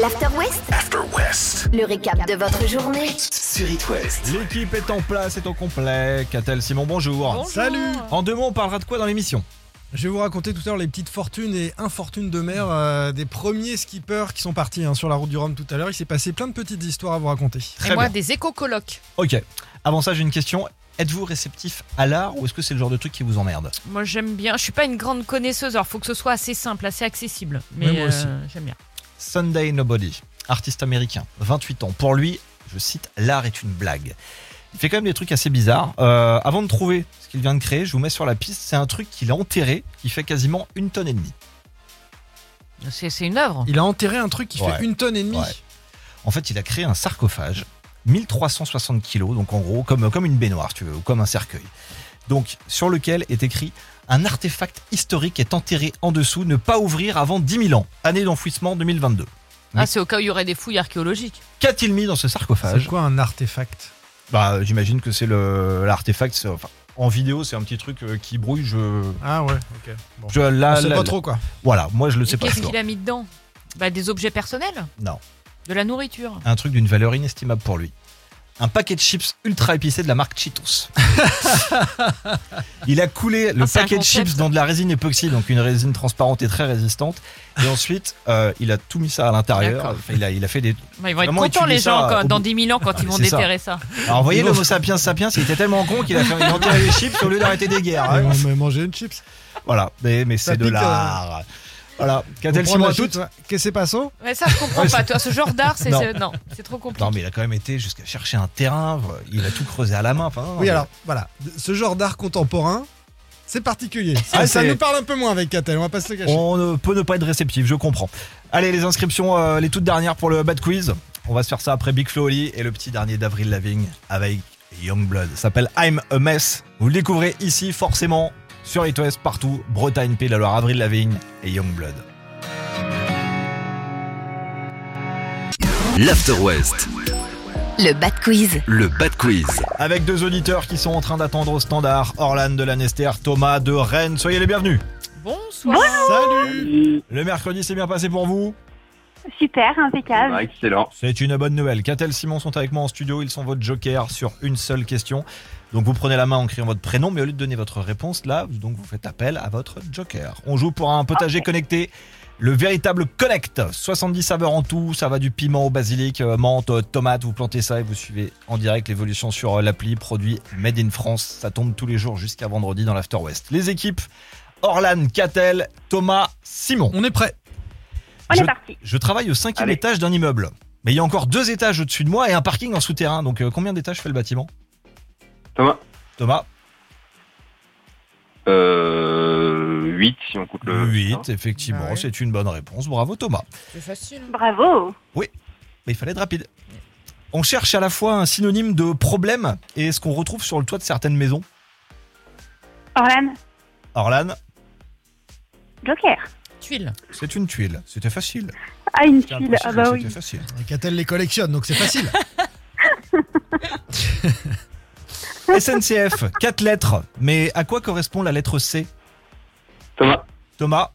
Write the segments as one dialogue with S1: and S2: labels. S1: L'After West,
S2: After West.
S1: le récap de votre journée.
S2: Sur It West.
S3: L'équipe est en place, est au complet. Catel Simon, bonjour.
S4: Salut
S3: En deux mots, on parlera de quoi dans l'émission
S4: Je vais vous raconter tout à l'heure les petites fortunes et infortunes de mer euh, des premiers skippers qui sont partis hein, sur la route du Rhum tout à l'heure. Il s'est passé plein de petites histoires à vous raconter.
S3: Très
S5: Et moi,
S3: bien.
S5: des éco-colloques.
S3: Ok. Avant ça, j'ai une question. Êtes-vous réceptif à l'art ou est-ce que c'est le genre de truc qui vous emmerde
S5: Moi, j'aime bien. Je suis pas une grande connaisseuse. Alors, faut que ce soit assez simple, assez accessible. Mais
S4: Ouais, moi aussi.
S5: euh, j'aime bien.
S3: Sunday Nobody, artiste américain, 28 ans. Pour lui, je cite, l'art est une blague. Il fait quand même des trucs assez bizarres. Euh, avant de trouver ce qu'il vient de créer, je vous mets sur la piste. C'est un truc qu'il a enterré, qui fait quasiment une tonne et demie.
S5: C'est c'est une œuvre.
S4: Il a enterré un truc qui
S3: Ouais.
S4: fait une tonne et demie.
S3: Ouais. En fait, il a créé un sarcophage, 1360 kilos, donc en gros, comme, comme une baignoire, si tu veux, ou comme un cercueil. Donc, sur lequel est écrit Un artefact historique est enterré en dessous, ne pas ouvrir avant 10 000 ans. Année d'enfouissement 2022.
S5: Ah, c'est au cas où il y aurait des fouilles archéologiques.
S3: Qu'a-t-il mis dans ce
S4: C'est
S3: sarcophage
S4: quoi un artefact
S3: Bah, j'imagine que c'est le- l'artefact. c'est- Enfin, en vidéo, c'est un petit truc euh, qui brouille. Je.
S4: Ah ouais, ok. Bon.
S3: je- là,
S4: On sait pas
S3: là- là-
S4: trop quoi.
S3: Voilà, moi, je le sais
S5: Et
S3: pas.
S5: Qu'est-ce
S3: toujours.
S5: qu'il a mis dedans bah, Des objets personnels
S3: Non.
S5: De la nourriture
S3: Un truc d'une valeur inestimable pour lui. Un paquet de chips ultra épicé de la marque Cheetos. Il a coulé le
S5: Ah, c'est un
S3: paquet de
S5: concept.
S3: chips dans de la résine époxy, donc une résine transparente et très résistante. Et ensuite, euh, il a tout mis ça à l'intérieur.
S5: D'accord.
S3: Enfin, il, a, il a fait des.
S5: Bah, Ils vont être
S3: Vraiment
S5: contents,
S3: étudier
S5: les gens,
S3: ça
S5: quand-
S3: au
S5: dans
S3: bout-
S5: 10 000 ans,
S3: Ah,
S5: quand ils
S3: mais
S5: vont
S3: c'est ça.
S5: déterrer ça.
S3: Alors, vous voyez,
S4: Non.
S3: l'homo sapiens sapiens, il était tellement con qu'il a fait il a enterré les chips au lieu d'arrêter des guerres. hein.
S4: Et Ah on m'a mangé une chips.
S3: Voilà, mais, mais
S4: Ça
S3: c'est de
S4: pique, euh.
S3: l'art. Voilà, qu'a-t-elle
S4: On
S3: Simon
S4: prend la
S3: à
S4: chips,
S3: toutes
S4: ouais. Qu'est-ce qui s'est passé
S5: Ouais, ça, je comprends
S3: Ouais,
S5: pas. Toi, ce genre d'art, c'est
S3: Non.
S5: c'est- non, c'est trop compliqué.
S3: Non, mais il a quand même été jusqu'à chercher un terrain. Il a tout creusé à la main. Enfin, non, non,
S4: Oui,
S3: mais-
S4: alors voilà, ce genre d'art contemporain, c'est particulier. Ça,
S3: Ah,
S4: ça
S3: c'est-
S4: nous parle un peu moins avec Catel, on va pas se le cacher.
S3: On ne peut ne pas être réceptif, je comprends. Allez, les inscriptions, euh, les toutes dernières pour le bad quiz. On va se faire ça après Big Flo Oli et le petit dernier d'Avril Lavigne avec Youngblood. Ça s'appelle I'm a Mess. Vous le découvrez ici, forcément, sur It West, partout. Bretagne, Pays de la Loire, Avril Lavigne et Youngblood.
S2: L'After West.
S1: Le Bad Quiz.
S2: Le Bad Quiz.
S3: Avec deux auditeurs qui sont en train d'attendre au standard, Orlan de Lanester, Thomas de Rennes. Soyez les bienvenus.
S5: Bonsoir.
S4: Salut
S3: Le mercredi s'est bien passé pour vous
S6: Super, impeccable.
S7: excellent.
S3: C'est une bonne nouvelle. Catel Simon sont avec moi en studio. Ils sont votre joker sur une seule question. Donc vous prenez la main en criant votre prénom, mais au lieu de donner votre réponse, là, donc vous faites appel à votre joker. On joue pour un potager connecté. Le véritable connect. 70 saveurs en tout. Ça va du piment au basilic, euh, menthe, euh, tomate. Vous plantez ça et vous suivez en direct l'évolution sur euh, l'appli. Produit Made in France. Ça tombe tous les jours jusqu'à vendredi dans l'After West. Les équipes. Orlan, Catel, Thomas, Simon.
S4: On est prêt.
S6: On
S3: Je-
S6: est parti.
S3: Je travaille au cinquième
S7: Allez.
S3: étage d'un immeuble. Mais il y a encore deux étages au-dessus de moi et un parking en souterrain. Donc euh, combien d'étages fait le bâtiment
S7: Thomas,
S3: Thomas
S7: euh, 8 si on coupe le...
S3: 8, effectivement.
S5: Bah ouais.
S3: C'est une bonne réponse. Bravo Thomas.
S5: C'est facile.
S6: Bravo.
S3: Mais il fallait être rapide. On cherche à la fois un synonyme de problème et ce qu'on retrouve sur le toit de certaines maisons.
S6: Orlan,
S3: Orlan,
S6: Joker.
S5: Tuile.
S3: c'est une tuile. C'était facile.
S6: Ah, une
S3: J'ai
S6: file.
S3: l'impression
S6: Ah
S3: que
S6: bah
S3: C'était
S6: oui.
S3: facile.
S4: Catel les collectionne, donc c'est facile.
S3: SNCF, quatre lettres. Mais à quoi correspond la lettre C
S7: Thomas,
S3: Thomas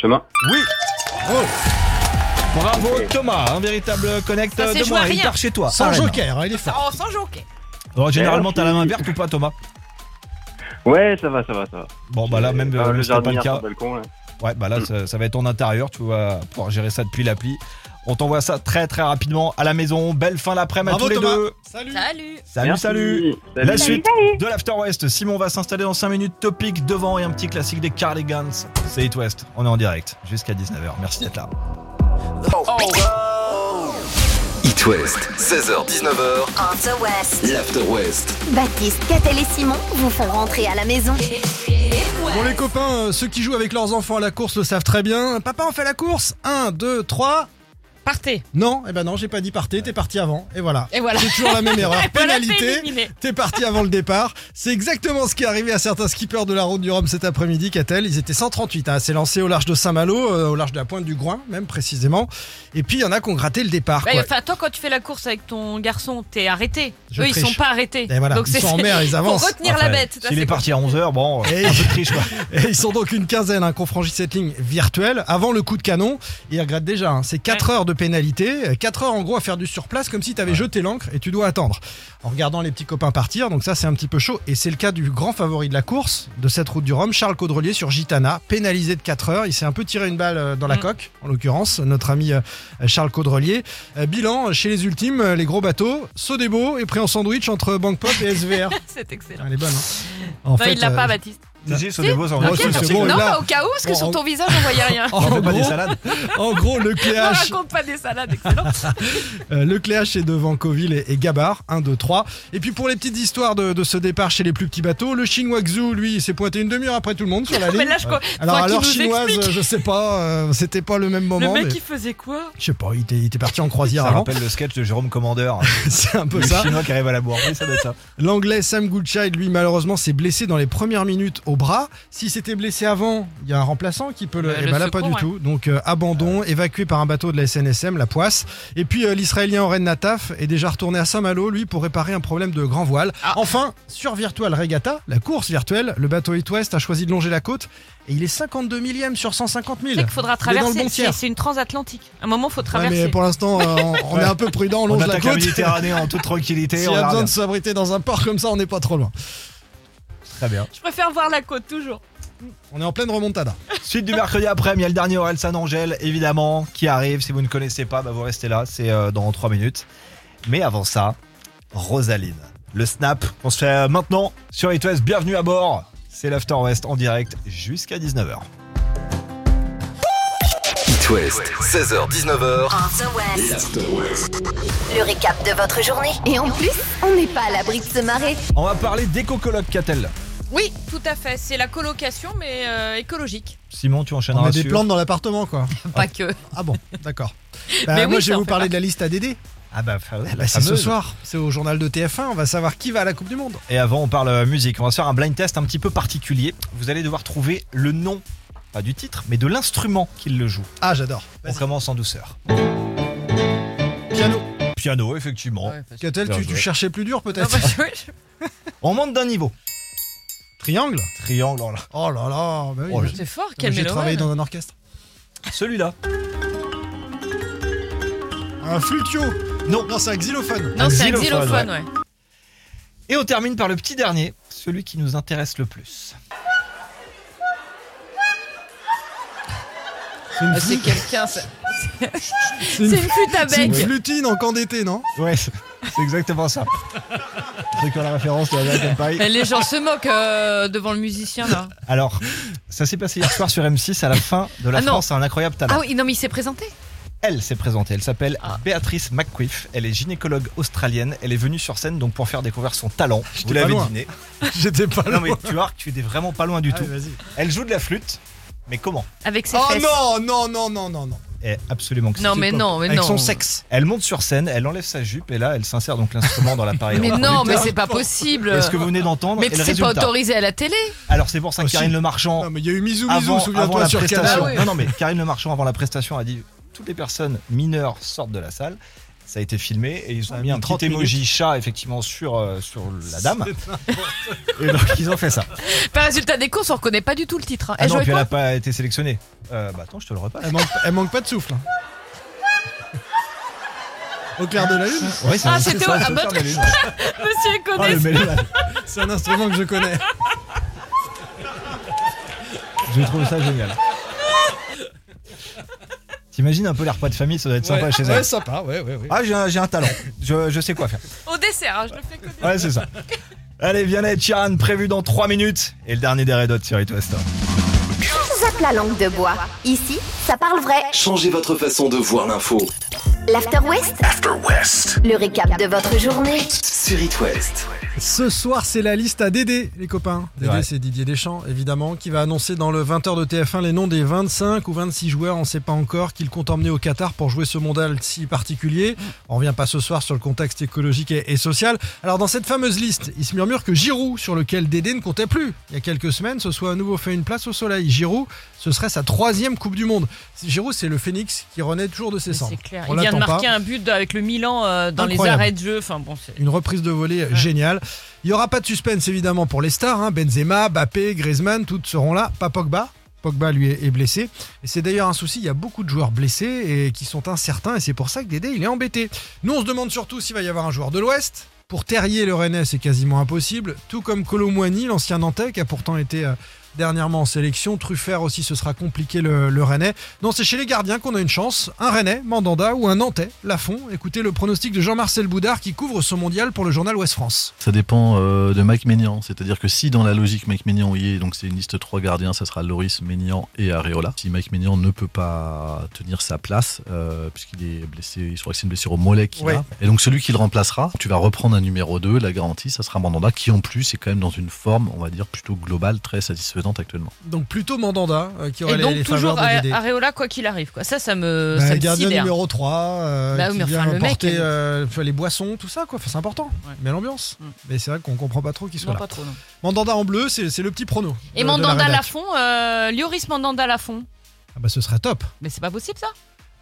S7: chemin.
S3: Oui Bravo Thomas, un véritable connect
S5: Ça, c'est
S3: de
S5: joué à
S3: moi. Il
S5: rien.
S3: part chez toi. à
S4: Sans
S3: Rennes.
S4: joker, hein, il est fort.
S5: Oh, sans joker.
S3: Alors, Oh, généralement, t'as la main verte ou pas, Thomas
S7: Ouais, ça va, ça va, ça va.
S3: Bon, bah là, même
S7: Ah,
S3: euh,
S7: le
S3: si c'est pas
S7: jardin
S3: le
S7: sur
S3: cas,
S7: le balcon, là.
S3: ouais, bah là, ça, ça va être en intérieur. Tu vas pouvoir gérer ça depuis l'appli. On t'envoie ça très très rapidement à la maison. Belle fin d'après-midi à tous
S4: Bravo
S3: les
S4: Thomas.
S3: deux.
S4: Salut.
S5: Salut.
S3: Salut,
S7: Merci.
S3: salut.
S7: Salut.
S3: La
S6: Salut,
S3: suite
S6: salut.
S3: de l'After West. Simon va s'installer dans 5 minutes. Topic devant et un petit classique des Cardigans. C'est It West. On est en direct jusqu'à 19h. Merci d'être là.
S2: It West. 16h-19h.
S1: On the West.
S2: L'After West.
S1: Baptiste, Catel et Simon vous font rentrer à la maison.
S4: Bon les copains, euh, ceux qui jouent avec leurs enfants à la course le savent très bien. Papa, on fait la course 1, 2, 3.
S5: Partez.
S4: Non, eh ben non, j'ai pas dit partez, t'es parti avant, et voilà.
S5: Et voilà.
S4: C'est toujours la même erreur.
S5: Voilà, c'est
S4: Pénalité,
S5: éliminé.
S4: t'es parti avant le départ. C'est exactement ce qui est arrivé à certains skippers de la route du Rhum cet après-midi, Catel. Ils étaient 138 à s'élancer au large de Saint-Malo, euh, au large de la pointe du Groin, même précisément. Et puis il y en a qui ont gratté le départ.
S5: Bah,
S4: quoi.
S5: Enfin, toi, quand tu fais la course avec ton garçon, t'es arrêté.
S4: Je
S5: Eux, ils
S4: triche.
S5: sont pas arrêtés.
S4: Et voilà,
S5: Donc
S4: ils
S5: c'est
S4: sont en mer, ils
S5: faut
S4: avancent.
S5: retenir la
S3: Enfin,
S5: bête. Ça,
S3: S'il
S5: c'est
S3: est parti à 11h, bon,
S4: Et-
S3: un peu de triche quoi.
S4: Et ils sont donc une quinzaine hein, qui ont franchi cette ligne virtuelle. Avant le coup de canon, ils regrettent déjà. hein. C'est 4 heures de pénalité, 4 heures en gros à faire du surplace comme si tu avais jeté l'ancre et tu dois attendre. En regardant les petits copains partir, donc ça c'est un petit peu chaud. Et c'est le cas du grand favori de la course, de cette route du Rhum, Charles Caudrelier sur Gitana, pénalisé de 4 heures. Il s'est un peu tiré une balle euh, dans la
S5: Mm.
S4: coque, en l'occurrence, notre ami euh, Charles Caudrelier. Euh, Bilan, chez les ultimes, euh, les gros bateaux, Sodebo est pris en sandwich entre Bank Pop et SVR.
S5: C'est excellent.
S4: Elle est bonne. hein. En
S5: non, il l'a
S4: euh,
S5: pas, Baptiste.
S3: Si, Sodebo, ça
S4: moi,
S5: Ok,
S4: je
S3: c'est
S4: suis
S5: merci.
S4: bon,
S5: non,
S4: et
S5: mais
S4: là-
S5: au cas où, parce que
S4: Bon,
S5: sur
S4: en-
S5: ton visage, on voyait rien.
S4: en
S3: On fait pas
S4: gros-
S3: des salades.
S4: En gros, le
S5: Ne
S4: Cléache,
S5: raconte pas des salades, excellent.
S4: euh, le Cléache est devant Coville et, et Gabard, 1, 2, 3. Et puis pour les petites histoires de, de ce départ chez les plus petits bateaux, le Chinois Xu, lui, s'est pointé une demi-heure après tout le monde sur la
S5: Ah, Mais
S4: ligne.
S5: là, je crois.
S4: Alors
S5: toi
S4: à
S5: qui
S4: l'heure
S5: nous
S4: chinoise,
S5: expliques.
S4: je sais pas, euh, c'était pas le même
S5: Le
S4: moment.
S5: mec,
S4: mais-
S5: il faisait quoi
S4: Je sais pas, il était, il était parti en croisière
S3: Ça
S4: avant.
S3: rappelle le sketch de Jérôme Commandeur,
S4: C'est un peu
S3: le
S4: ça.
S3: chinois qui arrive à la boire. Oui, ça doit être ça.
S4: L'anglais Sam Goodchild, lui, malheureusement, s'est blessé dans les premières minutes au bras. S'il s'était blessé avant, il y a un remplaçant qui peut le.
S5: Ouais,
S4: Eh
S5: Bah, le
S4: ben là, pas du
S5: secours,
S4: tout. Donc, euh, abandon, évacué par un bateau de la SNSM, la Poisse. Et puis, euh, l'Israélien Oren Nataf est déjà retourné à Saint-Malo, lui, pour réparer un problème de grand voile.
S5: Ah.
S4: Enfin, sur Virtual Regatta, la course virtuelle, le bateau East West a choisi de longer la côte et il est 52 millième sur 150
S5: Tu
S4: 000.
S5: sais qu'il
S4: Il
S5: faudra
S4: est dans le
S5: traverser.
S4: bon tiers.
S5: c'est- C'est une transatlantique. À un moment, faut
S4: Ouais,
S5: traverser.
S4: mais pour l'instant, euh, on, on est un peu prudent, on
S3: On
S4: longe la
S3: attaque la
S4: côte.
S3: Méditerranée en toute tranquillité.
S4: S'il y
S3: on
S4: a
S3: la
S4: besoin de
S3: regarde.
S4: s'abriter dans un port comme ça, on n'est pas trop loin.
S3: Très bien.
S5: Je préfère voir la côte toujours.
S4: On est en pleine remontada.
S3: Suite du mercredi après, il y a le dernier Aurel Angel, évidemment, qui arrive. Si vous ne connaissez pas, bah, vous restez là, c'est euh, dans 3 minutes. Mais avant ça, Rosaline. Le snap qu'on se fait euh, maintenant sur It West. Bienvenue à bord. C'est l'After West en direct jusqu'à 19h.
S2: It West, 16h-19h,
S1: On the West.
S2: l'After West.
S1: Le récap de votre journée. Et en plus, on n'est pas à l'abri de se marrer.
S3: On va parler d'éco-colloque, qu'a-t-elle
S5: Oui, tout à fait. C'est la colocation, mais euh, écologique.
S3: Simon, tu
S4: On
S3: enchaîneras
S4: met des
S3: sur-
S4: plantes dans l'appartement, quoi.
S5: Pas que.
S4: Ah bon, d'accord. Bah,
S5: Mais oui,
S4: moi, je
S5: ça
S4: vais
S5: en
S4: vous
S5: fait
S4: parler de la liste ADD.
S3: Ah bah, fa- la
S4: Bah, c'est ce
S3: fameuse.
S4: soir, c'est au journal de TF1. On va savoir qui va à la Coupe du Monde.
S3: Et avant, on parle euh, musique. On va se faire un blind test un petit peu particulier. Vous allez devoir trouver le nom, pas du titre, mais de l'instrument qu'il le joue.
S4: Ah, j'adore.
S3: On
S4: Vas-y.
S3: commence en douceur.
S4: Piano.
S3: Piano, effectivement.
S4: Catel,
S3: Bien
S4: tu, tu
S3: joué.
S4: cherchais plus dur,
S5: Non,
S4: peut-être
S5: bah, je-
S3: On monte d'un niveau.
S4: Triangle
S3: Triangle, oh là.
S4: Oh là là. bah oui,
S3: Oh,
S4: mais-
S3: je-
S5: C'est fort, quelle
S4: J'ai travaillé
S5: mélodie.
S4: dans un orchestre.
S3: Celui-là.
S4: Un flutio. Non, non, c'est un xylophone.
S5: Non, c'est un
S3: xylophone,
S5: xylophone, ouais.
S3: Et on termine par le petit dernier, celui qui nous intéresse le plus.
S4: C'est une,
S5: Ah, C'est
S4: flûte-
S5: quelqu'un, ça.
S4: c'est une
S5: C'est une
S4: flûte-
S5: flûte à
S4: c'est une
S5: bec.
S4: flutine en camp d'été, non
S3: Ouais, c'est c'est exactement ça. C'est quoi la référence de la Black Empire
S5: Eh, Les gens se moquent euh, devant le musicien, là.
S3: Alors, ça s'est passé hier soir sur M6 à la fin de la
S5: Ah non.
S3: France à un incroyable talent.
S5: Ah oui, non, mais il s'est présenté.
S3: Elle s'est présentée, elle s'appelle
S5: Ah.
S3: Béatrice McQuiff, elle est gynécologue australienne, elle est venue sur scène donc pour faire découvrir son talent. Vous
S4: pas
S3: l'avez
S4: loin.
S3: deviné.
S4: J'étais pas là.
S3: Non mais tu vois que tu es vraiment pas loin du tout.
S4: vas-y.
S3: Elle joue de la flûte, mais comment
S5: Avec ses
S4: Oh
S5: fesses.
S4: non, non, non, non, non, non.
S3: Eh, Absolument que si.
S5: Non, mais
S4: pas-
S5: non, mais
S4: Avec
S5: non.
S4: son sexe.
S3: Elle monte sur scène, elle enlève sa jupe et là elle s'insère donc l'instrument dans l'appareil.
S5: Mais non, mais
S3: reproducteur.
S5: c'est pas possible.
S3: Et ce que vous venez d'entendre
S5: Mais
S3: est le
S5: c'est pas
S3: résultat.
S5: autorisé à la télé.
S3: Alors c'est pour ça que
S4: Aussi.
S3: Karine Le Marchand,
S4: Non, mais il y a eu Mizu
S3: avant,
S4: Mizu,
S3: avant
S4: souviens-toi
S3: la
S4: sur
S3: prestation,
S4: Canal.
S5: Ah oui.
S3: non non mais Karine Le Marchand avant la prestation a dit toutes les personnes mineures sortent de la salle. Ça a été filmé et ils ont
S4: Ah,
S3: mis un
S4: 30
S3: petit emoji chat effectivement sur euh, sur la dame. Et donc ils ont fait ça.
S5: Par résultat des courses, on reconnaît pas du tout le titre. hein.
S3: Ah
S5: Elle
S3: non,
S5: jouait
S3: puis elle
S5: quoi
S3: a pas été sélectionnée. Euh, bah attends, je te le repasse.
S4: Elle manque, elle manque pas de souffle. hein. Au clair de la lune
S3: Ouais, c'est
S5: Ah,
S3: un-
S5: c'était
S3: c'est un-
S5: au-
S3: c'est
S5: ah,
S3: un
S5: bah,
S3: faire de lune.
S5: Monsieur
S3: Ah,
S5: connaît.
S3: le mélomane.
S4: C'est un instrument que je connais.
S3: Je trouve ça génial. T'imagines un peu les repas de famille, ça doit être sympa
S4: ouais,
S3: chez
S4: ouais,
S3: elle.
S4: sympa, ouais, ouais, ouais.
S3: Ah, j'ai un, j'ai un talent. Je, je sais quoi faire.
S5: Au dessert, hein, je le fais connaître.
S3: Ouais, c'est ça. Allez, viens là, Chiran, prévu dans 3 minutes. Et le dernier des Red Hot sur It West.
S1: Zappe la langue de bois. Ici, ça parle vrai.
S2: Changez votre façon de voir l'info.
S1: L'After West,
S2: After West.
S1: le récap de votre journée.
S2: Sur It West.
S4: Ce soir, c'est la liste à Dédé, les copains.
S3: C'est
S4: Dédé,
S3: vrai.
S4: c'est Didier Deschamps, évidemment, qui va annoncer dans le 20h de TF1 les noms des 25 ou 26 joueurs, on ne sait pas encore, qu'il compte emmener au Qatar pour jouer ce mondial si particulier. On revient pas ce soir sur le contexte écologique et, et social. Alors, dans cette fameuse liste, il se murmure que Giroud, sur lequel Dédé ne comptait plus il y a quelques semaines, se soit à nouveau fait une place au soleil. Giroud, ce serait sa troisième Coupe du Monde. Giroud, c'est le phénix qui renaît toujours de ses
S5: Mais
S4: cendres.
S5: C'est clair.
S4: On
S5: Il vient de
S4: l'attend pas.
S5: marquer un but avec le Milan euh, dans les
S4: Incroyable.
S5: arrêts de jeu. Enfin bon, c'est-
S4: Une reprise de volée géniale. Il n'y aura pas de suspense évidemment pour les stars. hein. Benzema, Bappé, Griezmann, toutes seront là. Pas Pogba. Pogba lui est est blessé. Et c'est d'ailleurs un souci. Il y a beaucoup de joueurs blessés et qui sont incertains. Et c'est pour ça que Dédé il est embêté. Nous on se demande surtout s'il va y avoir un joueur de l'Ouest. Pour Terrier, le Rennais, c'est quasiment impossible. Tout comme Colomboigny, l'ancien Nantais, qui a pourtant été euh, dernièrement en sélection. Truffert aussi, ce sera compliqué le, le Rennais. Non, c'est chez les gardiens qu'on a une chance. Un Rennais, Mandanda ou un Nantais, Lafont. Écoutez le pronostic de Jean-Marcel Boudard qui couvre ce mondial pour le journal Ouest France.
S8: Ça dépend euh, de Mike Maignan. C'est-à-dire que si dans la logique Mike Maignan y est, donc c'est une liste 3 gardiens, ça sera Loris, Maignan et Areola. Si Mike Maignan ne peut pas tenir sa place, euh, puisqu'il est blessé, je crois que c'est une blessure au mollet qu'il
S4: Ouais.
S8: a. Et donc celui qui le remplacera, tu vas reprendre un numéro 2, la garantie, ça sera Mandanda, qui en plus est quand même dans une forme, on va dire, plutôt globale, très satisfaisante actuellement.
S4: Donc plutôt Mandanda euh, qui aurait
S5: Et
S4: les,
S5: donc
S4: les
S5: toujours
S4: faveurs de Dédé.
S5: à- Areola quoi qu'il arrive. Quoi. Ça, ça me,
S4: Bah,
S5: ça me
S4: gardien
S5: sidère.
S4: numéro 3, euh,
S5: Bah oui,
S4: qui
S5: mais
S4: vient
S5: enfin, le mec,
S4: porter,
S5: il-
S4: euh, les boissons, tout ça, quoi. Enfin, c'est important.
S5: Ouais.
S4: Mais l'ambiance.
S5: Mm.
S4: Mais c'est vrai qu'on comprend pas trop qui soit
S5: Non,
S4: là.
S5: pas trop, non.
S4: Mandanda en bleu, c'est c'est le petit prono.
S5: Et
S4: de- de la
S5: Mandanda
S4: rédac.
S5: Lafont, euh, Lioris Mandanda Lafont.
S4: Ah bah, ce serait top.
S5: Mais c'est pas possible ça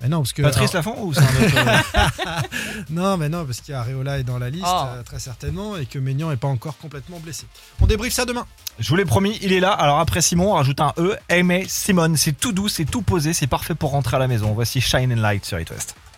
S4: Mais non, parce que.
S3: Patrice Lafont ou c'est un autre euh
S4: Non, mais non, parce qu'Areola est dans la liste,
S5: Oh.
S4: euh, très certainement, et que Maignan n'est pas encore complètement blessé. On débriefe ça demain.
S3: Je vous l'ai promis, il est là. Alors après Simon, on rajoute un E. Aimé Simone, c'est tout doux, c'est tout posé, c'est parfait pour rentrer à la maison. Voici Shine and Light sur It West.